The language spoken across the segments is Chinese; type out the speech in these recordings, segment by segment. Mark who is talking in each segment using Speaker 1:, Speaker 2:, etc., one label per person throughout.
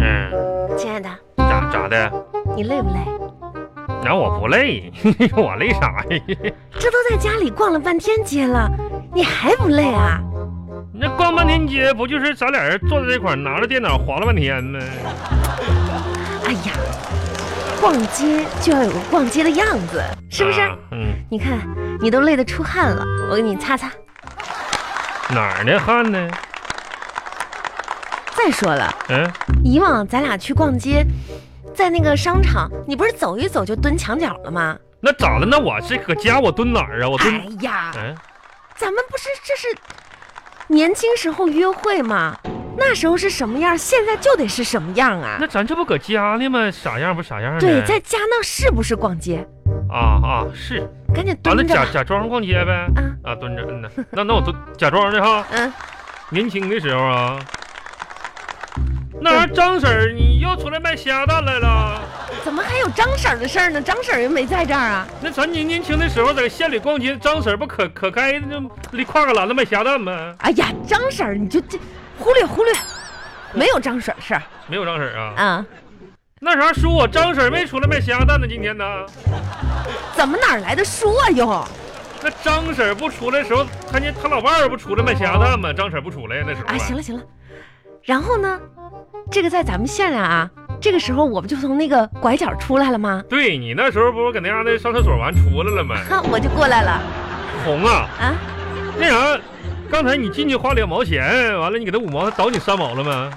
Speaker 1: 嗯咋的？
Speaker 2: 你累不累？
Speaker 1: 然后我不累， 我累啥呀？
Speaker 2: 这都在家里逛了半天街了，你还不累啊？
Speaker 1: 那逛半天街不就是咱俩人坐在这块儿拿着电脑划了半天吗？
Speaker 2: 哎呀，逛街就要有个逛街的样子，是不是？
Speaker 1: 啊嗯，
Speaker 2: 你看你都累得出汗了，我给你擦擦。
Speaker 1: 哪儿的汗呢？
Speaker 2: 再说了，
Speaker 1: 嗯，
Speaker 2: 以往咱俩去逛街，在那个商场，你不是走一走就蹲墙角了吗？
Speaker 1: 那咋了？那我是搁家我蹲哪儿啊？我蹲
Speaker 2: 哎，呀，
Speaker 1: 嗯、
Speaker 2: 咱们不是这是年轻时候约会吗？那时候是什么样，现在就得是什么样啊
Speaker 1: 那？咱这不搁家呢吗？啥样不啥样呢？
Speaker 2: 对，在家那是不是逛街？
Speaker 1: 啊啊是，
Speaker 2: 赶紧
Speaker 1: 完了
Speaker 2: 蹲着
Speaker 1: 假
Speaker 2: 吧。
Speaker 1: 假装逛街呗。
Speaker 2: 啊，
Speaker 1: 啊，蹲着，嗯呐，那那我蹲假装的哈。
Speaker 2: 嗯，
Speaker 1: 年轻的时候啊，那玩意儿张婶儿，你又出来卖虾蛋来了？
Speaker 2: 怎么还有张婶儿的事儿呢？张婶儿又没在这儿啊？
Speaker 1: 那咱年年轻的时候在县里逛街，张婶儿不可可开那离跨个栏子卖虾蛋吗？
Speaker 2: 哎呀，张婶儿，你就这忽略忽略，没有张婶儿事儿
Speaker 1: 没有张婶儿啊？
Speaker 2: 啊？
Speaker 1: 那啥叔，我张婶儿没出来卖虾蛋呢，今天呢？
Speaker 2: 怎么哪儿来的书啊又？
Speaker 1: 那张婶儿不出来的时候，看见他老伴儿不出来卖虾蛋吗？张婶儿不出来那时候
Speaker 2: 啊，行了行了，然后呢，这个在咱们县上啊，这个时候我不就从那个拐角出来了吗？
Speaker 1: 对你那时候不是搁那嘎达上厕所完出来了吗？
Speaker 2: 哈，我就过来了
Speaker 1: 红啊，
Speaker 2: 啊，
Speaker 1: 那啥，刚才你进去花两毛钱，完了你给他五毛，他倒你三毛了吗？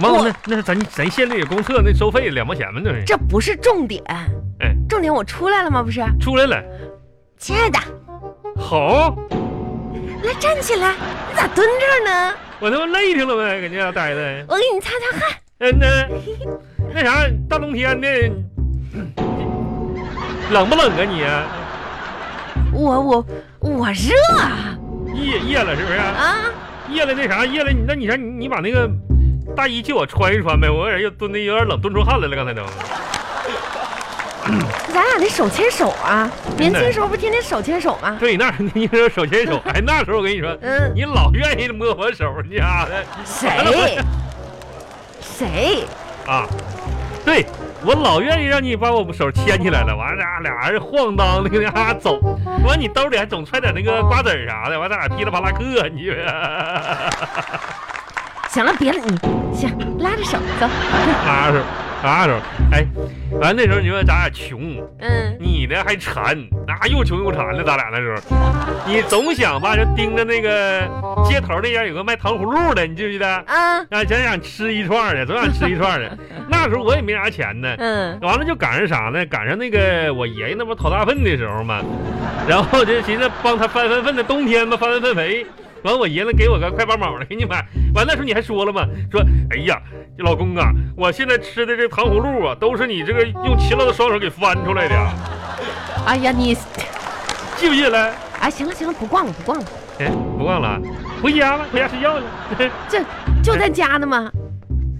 Speaker 1: 完
Speaker 2: 我
Speaker 1: 了，那那是咱咱县里有公厕那收费两毛钱吗？这是
Speaker 2: 这不是重点，
Speaker 1: 哎
Speaker 2: 重点我出来了吗？不是，
Speaker 1: 出来了，
Speaker 2: 亲爱的，
Speaker 1: 好，
Speaker 2: 来站起来，你咋蹲这儿呢？
Speaker 1: 我他妈累挺了呗，搁家待的。
Speaker 2: 我给你擦擦汗。
Speaker 1: 嗯那那啥，大冬天的，冷不冷啊你啊？
Speaker 2: 我我我热啊
Speaker 1: 夜夜了是不是？
Speaker 2: 啊！
Speaker 1: 夜了那啥，夜了你那你啥，你你把那个大衣借我穿一穿呗，我有点又蹲的有点冷，蹲出汗来了，刚才都。
Speaker 2: 咱俩得手牵手啊，
Speaker 1: 真的
Speaker 2: 年轻时候不天天手牵手吗？
Speaker 1: 对，那 时候你说手牵手，哎，那时候我跟你说，
Speaker 2: 嗯，
Speaker 1: 你老愿意摸我手，你丫的
Speaker 2: 谁谁？
Speaker 1: 啊！对我老愿意让你把我手牵起来了，完了俩俩人晃荡的跟那哈走，完你兜里还总揣点那个瓜子儿啥的，完咱俩噼里啪啦嗑，你
Speaker 2: 行了，别了你，行，拉着手走。
Speaker 1: 拉手拉手，哎，完那时候你说咱俩穷，
Speaker 2: 嗯，
Speaker 1: 你呢还馋，那、又穷又馋的，咱俩那时候，你总想吧就盯着那个街头那边有个卖糖葫芦的，你记不记得？
Speaker 2: 啊，
Speaker 1: 啊，想想吃一串儿的，总想吃一串儿的。 那时候我也没啥钱呢，
Speaker 2: 嗯，
Speaker 1: 完了就赶上啥呢？赶上那个我爷爷那不讨大粪的时候嘛，然后就寻思帮他翻翻粪的，冬天嘛翻翻粪肥。完，我爷呢给我个快八毛的，给你买。完那时候你还说了嘛，说哎呀，老公啊，我现在吃的这糖葫芦啊，都是你这个用勤劳的双手给翻出来的，
Speaker 2: 哎呀，你，
Speaker 1: 记不记得了？
Speaker 2: 哎，行了行了，不逛了不逛了，
Speaker 1: 哎，不逛了啊，回家吧，回家睡觉去，
Speaker 2: 这就在家呢嘛。
Speaker 1: 哎啊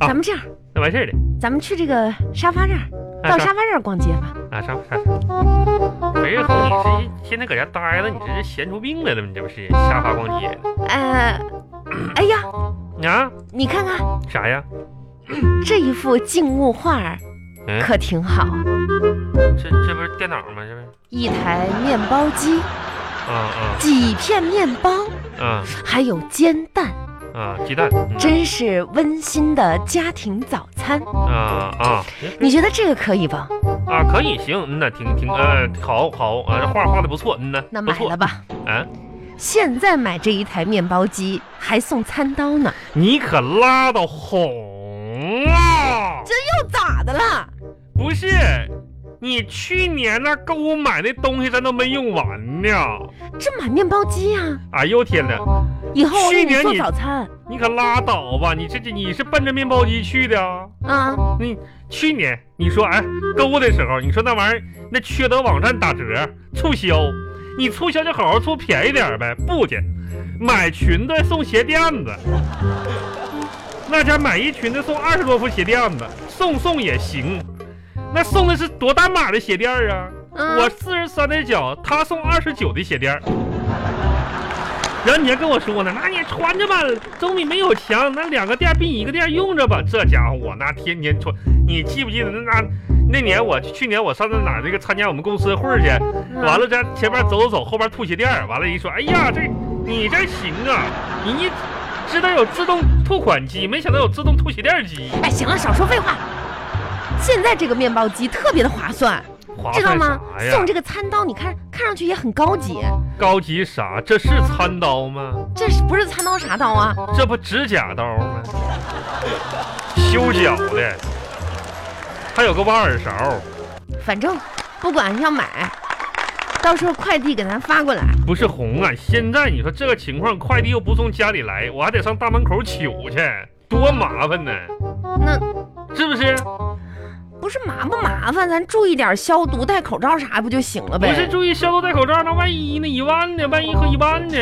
Speaker 2: 咱们这样，
Speaker 1: 那完事儿了。
Speaker 2: 咱们去这个沙发这儿，
Speaker 1: 哎
Speaker 2: 到
Speaker 1: 上
Speaker 2: 沙发这儿逛街吧。
Speaker 1: 啊，上上上！没人哄你，这天天搁家待着，你这是闲出病来了吗？你这不是瞎发逛街
Speaker 2: 呃，哎呀，
Speaker 1: 呢？啊？
Speaker 2: 你看看
Speaker 1: 啥呀？
Speaker 2: 这一幅静物画儿
Speaker 1: 嗯，
Speaker 2: 可挺好，
Speaker 1: 这这不是电脑吗？这不是？
Speaker 2: 一台面包机，
Speaker 1: 啊
Speaker 2: 几片面包，
Speaker 1: 啊啊
Speaker 2: 还有煎蛋，
Speaker 1: 啊！鸡蛋。嗯
Speaker 2: 真是温馨的家庭早餐。
Speaker 1: 啊啊
Speaker 2: 你觉得这个可以吧？
Speaker 1: 啊！可以行，嗯呐，挺挺呃，好好啊，这画画的不错，嗯呐，
Speaker 2: 那
Speaker 1: 不
Speaker 2: 买
Speaker 1: 错
Speaker 2: 了。吧。
Speaker 1: 啊，
Speaker 2: 现在买这一台面包机还送餐刀呢，
Speaker 1: 你可拉倒哄啊！
Speaker 2: 又咋的了？
Speaker 1: 不是，你去年那购物买的东西咱都没用完呢。
Speaker 2: 这买面包机呀、
Speaker 1: 哎呦天哪！
Speaker 2: 以后我给
Speaker 1: 去
Speaker 2: 你
Speaker 1: 年
Speaker 2: 做
Speaker 1: 你
Speaker 2: 早餐
Speaker 1: 你可拉倒吧！你这这你是奔着面包机去的啊？
Speaker 2: 啊。
Speaker 1: 你去年你说哎购物的时候，你说那玩意儿那缺德网站打折促销，你促销就好好促便宜点儿呗，不去买裙子送鞋垫子，那家买一裙子送二十多副鞋垫子，送送也行，那送的是多大码的鞋垫儿啊？
Speaker 2: 嗯
Speaker 1: 我四十三的脚，他送二十九的鞋垫儿，然后你还跟我说呢，那你穿着吧，总比没有强。那两个店比你一个店用着吧。这家伙我那天天穿，你记不记得那那那年我去年我上那哪儿那个参加我们公司的会儿去，
Speaker 2: 嗯
Speaker 1: 完了在前面走走走，后边吐鞋垫儿，完了一说，哎呀这你这行啊，你你知道有自动吐款机，没想到有自动吐鞋垫机，
Speaker 2: 哎，行了，少说废话。现在这个面包机特别的划算，
Speaker 1: 划
Speaker 2: 知道
Speaker 1: 算
Speaker 2: 吗？
Speaker 1: 啥呀
Speaker 2: 送？这个餐刀，你看看上去也很高级，
Speaker 1: 高级啥？这是餐刀吗？
Speaker 2: 这是不是餐刀啥刀啊？
Speaker 1: 这不指甲刀吗？修脚的，还有个挖耳勺。
Speaker 2: 反正不管要买，到时候快递给咱发过来。
Speaker 1: 不是红啊！现在你说这个情况，快递又不从家里来，我还得上大门口取去，多麻烦呢，
Speaker 2: 那
Speaker 1: 是不是？
Speaker 2: 不是麻不麻烦，咱注意点消毒，戴口罩啥不就行了
Speaker 1: 不是
Speaker 2: 呗？
Speaker 1: 注意消毒戴口罩，那万一呢？一万呢？万一和一万呢？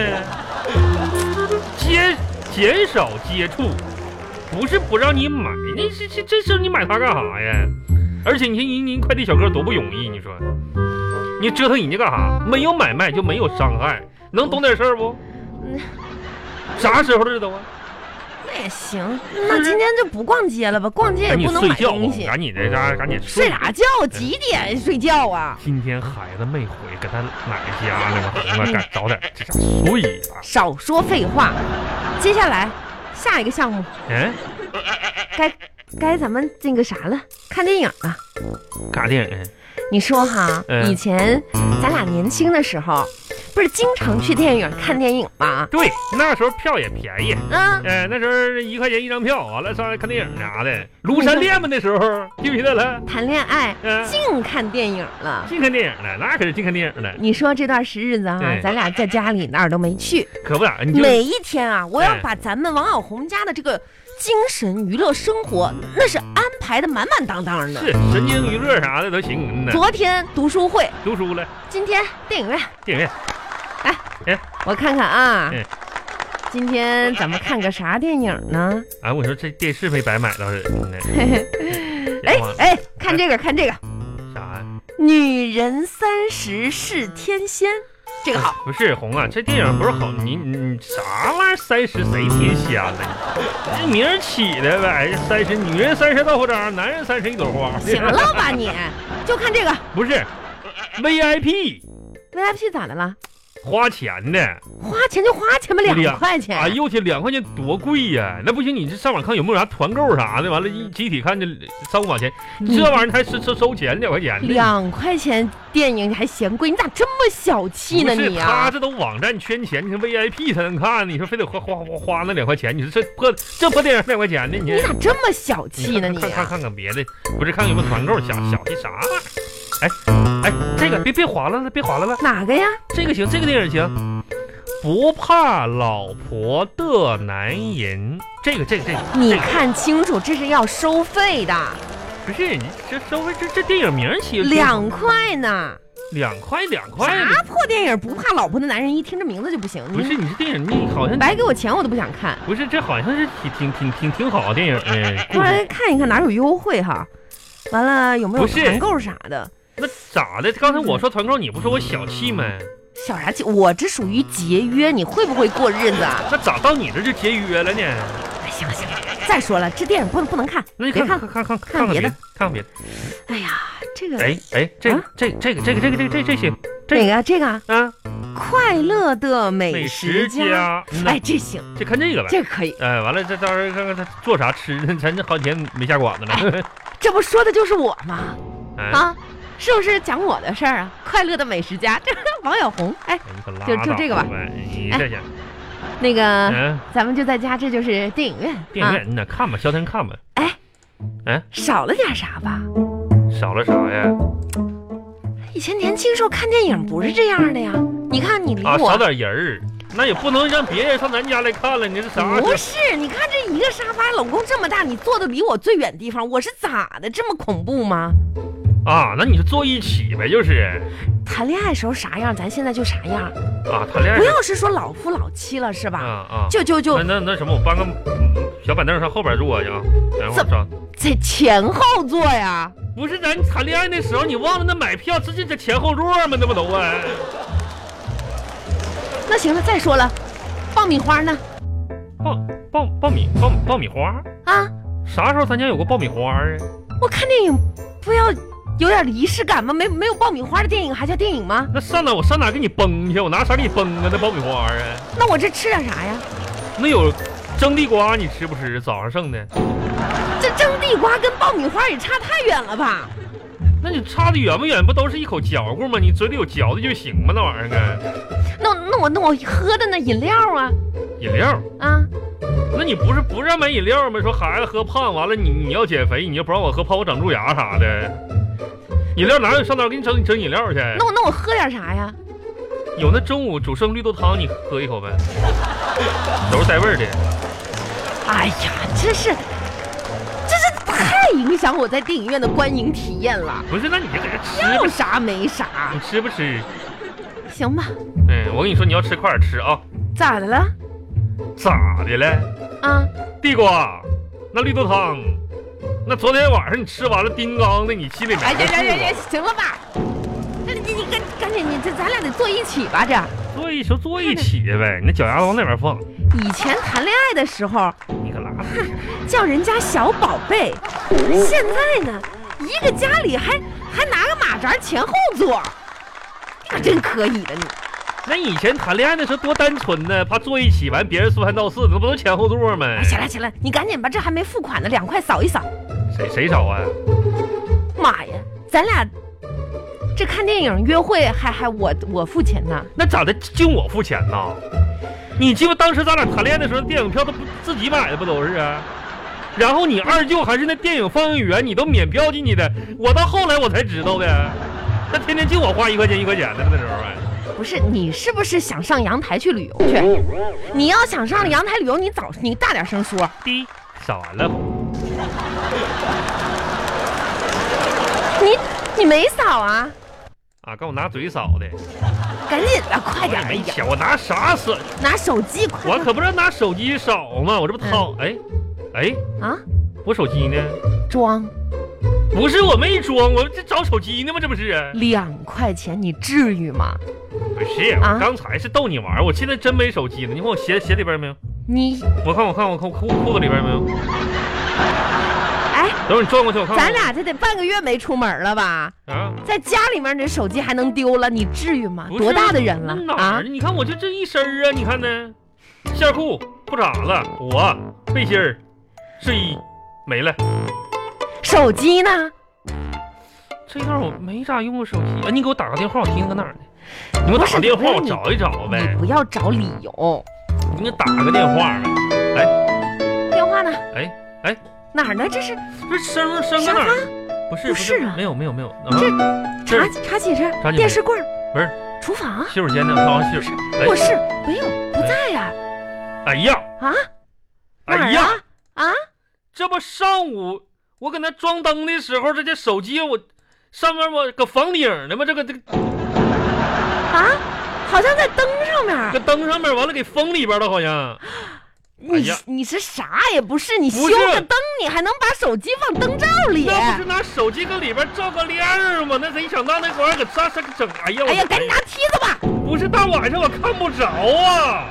Speaker 1: 接减少接触，不是不让你买，那这这这事儿你买它干啥呀？而且你看人人快递小哥多不容易，你说你折腾人家干啥？没有买卖就没有伤害，能懂点事儿不
Speaker 2: 嗯？
Speaker 1: 啥时候的这都啊？
Speaker 2: 那也行，那今天就不逛街了吧？逛街也
Speaker 1: 赶紧
Speaker 2: 不能
Speaker 1: 睡
Speaker 2: 买
Speaker 1: 觉啊
Speaker 2: 东
Speaker 1: 吧，
Speaker 2: 西。
Speaker 1: 赶紧的，啥赶紧
Speaker 2: 睡啥觉？几点睡觉啊？
Speaker 1: 今天孩子没回，搁他奶家呢嘛，红啊，赶早点这家睡呀、
Speaker 2: 少说废话。接下来下一个项目
Speaker 1: 嗯。
Speaker 2: 该该咱们那个啥了，看电影了。
Speaker 1: 嘎电影？
Speaker 2: 你说哈，
Speaker 1: 嗯
Speaker 2: 以前咱俩年轻的时候，不是经常去电影院看电影吗？
Speaker 1: 对，那时候票也便宜，
Speaker 2: 啊，
Speaker 1: 哎，那时候一块钱一张票，完了上来看电影啥的，《庐山恋》嘛，那时候记不记得了？
Speaker 2: 谈恋爱
Speaker 1: 嗯、
Speaker 2: 净看电影了。
Speaker 1: 净看电影了，那可是净看电影了，
Speaker 2: 你说这段时日子啊
Speaker 1: 对，
Speaker 2: 咱俩在家里哪儿都没去，
Speaker 1: 可不咋，你就
Speaker 2: 每一天啊，我要
Speaker 1: 哎
Speaker 2: 把咱们王小红家的这个精神娱乐生活，那是安排的满满当当的。
Speaker 1: 嗯是神经娱乐啥的都行，嗯呐，
Speaker 2: 昨天读书会，
Speaker 1: 读书了，
Speaker 2: 今天电影院，
Speaker 1: 电影院，
Speaker 2: 我看看啊
Speaker 1: 嗯，
Speaker 2: 今天咱们看个啥电影呢？
Speaker 1: 哎，我说这电视没白买倒是，嗯呐
Speaker 2: 嘿嘿哎哎，看这个，看这个，《
Speaker 1: 啥呀？
Speaker 2: 女人三十是天仙》，这个好。
Speaker 1: 不是红啊，这电影不是好，你你你啥玩意儿？三十谁天仙呢？这名儿起的呗，哎三十女人三十大火章，男人三十一朵花。
Speaker 2: 行了吧你，就看这个
Speaker 1: 不是 VIP
Speaker 2: VIP 咋的了？
Speaker 1: 花钱的，
Speaker 2: 花钱就花钱吧，
Speaker 1: 不理
Speaker 2: 两块
Speaker 1: 哎
Speaker 2: 钱。
Speaker 1: 呦我天，两块钱多贵呀、那不行，你这上网看有没有啥团购啥的，完了，一集体看这三五毛钱，这玩意儿还是收收钱两块钱的。
Speaker 2: 嗯两块钱电影你还嫌贵，你咋这么小气呢
Speaker 1: 不是
Speaker 2: 你
Speaker 1: 他
Speaker 2: 啊？
Speaker 1: 这都网站圈钱，你说 VIP 才能看，你说非得花花花花那两块钱，你说这破这破电影两块钱的，你
Speaker 2: 你咋这么小气呢
Speaker 1: 看
Speaker 2: 你
Speaker 1: 看看
Speaker 2: 啊？
Speaker 1: 看看别的，不是看看有没有团购，小小气啥玩意儿？哎哎，这个别别划拉了，别划拉了，
Speaker 2: 哪个呀？
Speaker 1: 这个行，这个电影行。不怕老婆的男人，这个这个这个，
Speaker 2: 你
Speaker 1: 这个
Speaker 2: 看清楚，这是要收费的，
Speaker 1: 不是你这稍微这这电影名儿起
Speaker 2: 两块呢。
Speaker 1: 两块两块的，
Speaker 2: 啥破电影不怕老婆的男人，一听这名字就不行。
Speaker 1: 不是
Speaker 2: 你
Speaker 1: 你这电影你好像
Speaker 2: 白给我钱我都不想看。
Speaker 1: 不是这好像是挺挺挺挺挺好的电影哎，故
Speaker 2: 过
Speaker 1: 事
Speaker 2: 来看一看哪有优惠哈，完了有没有
Speaker 1: 不是
Speaker 2: 团购啥的？
Speaker 1: 那咋的？刚才我说团购，你不说我小气吗？
Speaker 2: 小啥气？我这属于节约，你会不会过日子啊？
Speaker 1: 那咋到你这就节约了呢？
Speaker 2: 哎，行了行了，再说了，这电影不能不能看，
Speaker 1: 那你
Speaker 2: 别
Speaker 1: 看
Speaker 2: 看。
Speaker 1: 看看看
Speaker 2: 看
Speaker 1: 看
Speaker 2: 别的
Speaker 1: 看看别的，
Speaker 2: 哎呀，这个
Speaker 1: 哎哎，这
Speaker 2: 啊
Speaker 1: 这这个这个这个这个这这行
Speaker 2: 哪
Speaker 1: 这
Speaker 2: 个啊这个啊？
Speaker 1: 啊，
Speaker 2: 快乐的美
Speaker 1: 美食
Speaker 2: 食家。
Speaker 1: 家，嗯呐
Speaker 2: 哎，这行，
Speaker 1: 就看这个呗。
Speaker 2: 这可以，
Speaker 1: 哎，完了，这到时候看看他做啥吃，咱这好几天没下馆子了。
Speaker 2: 这不说的就是我吗？
Speaker 1: 哎，
Speaker 2: 啊，是不是讲我的事儿啊？快乐的美食家，这王小红。哎，
Speaker 1: 你可拉
Speaker 2: 就就
Speaker 1: 倒
Speaker 2: 这个吧哎
Speaker 1: 你这行，
Speaker 2: 那个，
Speaker 1: 嗯。
Speaker 2: 咱们就在家，这就是电影院。
Speaker 1: 电影
Speaker 2: 啊、
Speaker 1: 院，你哪看吧，消停看吧，
Speaker 2: 少了点啥吧？
Speaker 1: 少了啥呀？
Speaker 2: 嗯以前年轻时候看电影不是这样的呀。你看你离
Speaker 1: 啊，
Speaker 2: 我、
Speaker 1: 少点人儿，那也不能让别人上咱家来看了，你这啥？
Speaker 2: 不是，你看这一个沙发，老公这么大，你坐的离我最远地方，我是咋的？这么恐怖吗？
Speaker 1: 啊，那你就坐一起呗，就是
Speaker 2: 谈恋爱时候啥样，咱现在就啥样，
Speaker 1: 啊，谈恋爱
Speaker 2: 不要是说老夫老妻了是
Speaker 1: 啊
Speaker 2: 吧？
Speaker 1: 啊，
Speaker 2: 就就就
Speaker 1: 那那那什么，我搬个嗯小板凳上后边坐去啊，等会儿
Speaker 2: 怎
Speaker 1: 上。
Speaker 2: 在前后座呀，
Speaker 1: 不是咱谈恋爱那时候，你忘了那买票，直接在前后座吗？那不都啊？
Speaker 2: 那行了，再说了，爆米花呢？
Speaker 1: 爆爆爆米爆爆米花，
Speaker 2: 啊，
Speaker 1: 啥时候咱家有过爆米花啊？
Speaker 2: 我看电影不要有点仪式感吗？没没有爆米花的电影还叫电影吗？
Speaker 1: 那上哪我上哪给你崩去？我拿啥给你崩啊？那爆米花啊？
Speaker 2: 那我这吃点啥呀？
Speaker 1: 那有蒸地瓜你吃不吃？早上剩的，
Speaker 2: 这蒸地瓜跟爆米花也差太远了吧？
Speaker 1: 那你差的远不远？不都是一口嚼咕吗？你嘴里有嚼的就行吗？那玩意儿啊，
Speaker 2: 那那我那我喝的那饮料啊
Speaker 1: 饮料，
Speaker 2: 啊，
Speaker 1: 那你不是不让买饮料吗？说孩子喝胖完了，你你要减肥，你又不让我喝，怕我长蛀牙啥的。饮料哪有上哪给你整整饮料去？
Speaker 2: 那我那我喝点啥呀？
Speaker 1: 有那中午煮剩绿豆汤，你喝一口呗，都是带味儿的。
Speaker 2: 哎呀，真是，这是太影响我在电影院的观影体验了。
Speaker 1: 不是，那你就在这吃
Speaker 2: 要
Speaker 1: 吧，
Speaker 2: 啥没啥
Speaker 1: 你，吃不吃？
Speaker 2: 行吧？
Speaker 1: 嗯，我跟你说，你要吃快点吃啊！
Speaker 2: 咋的了？
Speaker 1: 咋的了？
Speaker 2: 啊，
Speaker 1: 地瓜，那绿豆汤，那昨天晚上你吃完了叮当的，你心里没
Speaker 2: 哎
Speaker 1: 个
Speaker 2: 呀呀呀
Speaker 1: 数
Speaker 2: 呀，行了吧？那你你赶赶紧，你这咱俩得坐一起吧？这
Speaker 1: 啊？坐一起坐一起呗，你那脚丫子往那边放，
Speaker 2: 以前谈恋爱的时候
Speaker 1: 你可拉倒。
Speaker 2: 叫人家小宝贝，现在呢，一个家里还还拿个马扎前后座，你可真可以了你。
Speaker 1: 那以前谈恋爱的时候多单纯呢，怕坐一起完别人说三道四，那不都前后座吗
Speaker 2: 哎，？行了行了，你赶紧吧，这还没付款呢，两块扫一扫。
Speaker 1: 谁谁少啊？
Speaker 2: 妈呀，咱俩这看电影约会还还我我付钱呢？
Speaker 1: 那咋的？净我付钱呐？你记不当时咱俩谈恋爱的时候，电影票都不自己买的，不都是啊？然后你二舅还是那电影放映员，你都免票进去的，我到后来我才知道的。那天天净我花一块钱一块钱的那时候啊，
Speaker 2: 不是你是不是想上阳台去旅游去？你要想上阳台旅游，你早你大点声说。
Speaker 1: 滴扫完了，
Speaker 2: 你你没扫啊？
Speaker 1: 啊，跟我拿嘴扫的。
Speaker 2: 赶紧的，快点！
Speaker 1: 哎
Speaker 2: 哎呀，
Speaker 1: 呀，我拿啥扫？
Speaker 2: 拿手机快
Speaker 1: 我
Speaker 2: 点
Speaker 1: 可不是拿手机扫吗？我这不掏？哎，哎，
Speaker 2: 啊！
Speaker 1: 我手机呢？
Speaker 2: 装
Speaker 1: 不是，我没装，我这找手机呢吗？这不是？啊
Speaker 2: 两块钱，你至于吗？
Speaker 1: 哎不是，
Speaker 2: 啊
Speaker 1: 我刚才是逗你玩儿，我现在真没手机了。你看我鞋鞋里边没有？
Speaker 2: 你
Speaker 1: 我看我看我看我裤裤子里边没有？
Speaker 2: 哎，
Speaker 1: 等会儿你转过去，我看看。
Speaker 2: 咱俩这得半个月没出门了吧？
Speaker 1: 啊，
Speaker 2: 在家里面，你手机还能丢了？你至于吗？
Speaker 1: 不是啊
Speaker 2: 多大的人了
Speaker 1: 哪儿
Speaker 2: 啊
Speaker 1: 呢？？你看我就这一身儿啊，你看呢？线裤、裤衩子、我背心儿、睡衣没了。
Speaker 2: 手机呢？
Speaker 1: 这一段我没咋用过手机。哎，你给我打个电话，我听听搁哪儿呢？你给我
Speaker 2: 不
Speaker 1: 打
Speaker 2: 是
Speaker 1: 个电话，
Speaker 2: 不是
Speaker 1: 我
Speaker 2: 你
Speaker 1: 找一找
Speaker 2: 你
Speaker 1: 呗。
Speaker 2: 不要找理由。
Speaker 1: 你给我打个电话呗。
Speaker 2: 电话呢？
Speaker 1: 哎哎，
Speaker 2: 哪儿呢？这是
Speaker 1: 不是声儿声搁哪
Speaker 2: 沙
Speaker 1: 儿？不是
Speaker 2: 不是啊
Speaker 1: 没有没有没有。啊
Speaker 2: 这
Speaker 1: 这
Speaker 2: 茶
Speaker 1: 儿
Speaker 2: 茶几这
Speaker 1: 茶几没
Speaker 2: 电视柜儿
Speaker 1: 不是
Speaker 2: 厨房，
Speaker 1: 洗手间呢？上洗手。哎
Speaker 2: 卧室没有不在呀？
Speaker 1: 哎呀，
Speaker 2: 啊？
Speaker 1: 哎
Speaker 2: 哪儿
Speaker 1: 呀，
Speaker 2: 啊？啊？
Speaker 1: 这不上午我搁那装灯的时候，这这手机我上面我搁房顶呢吗？这个这个
Speaker 2: 啊，好像在灯上面
Speaker 1: 搁
Speaker 2: 儿。
Speaker 1: 灯上面，完了给封里边了，好像。哎
Speaker 2: 你
Speaker 1: 呀
Speaker 2: 你是啥也不是，你修
Speaker 1: 不是
Speaker 2: 个灯，你还能把手机放灯罩里？
Speaker 1: 那不
Speaker 2: 哎
Speaker 1: 是拿手机搁里边照个亮儿吗？那谁想到那玩意儿搁啥啥整？哎呀，我
Speaker 2: 呀，赶紧拿梯子吧！
Speaker 1: 不是大晚上我看不着啊！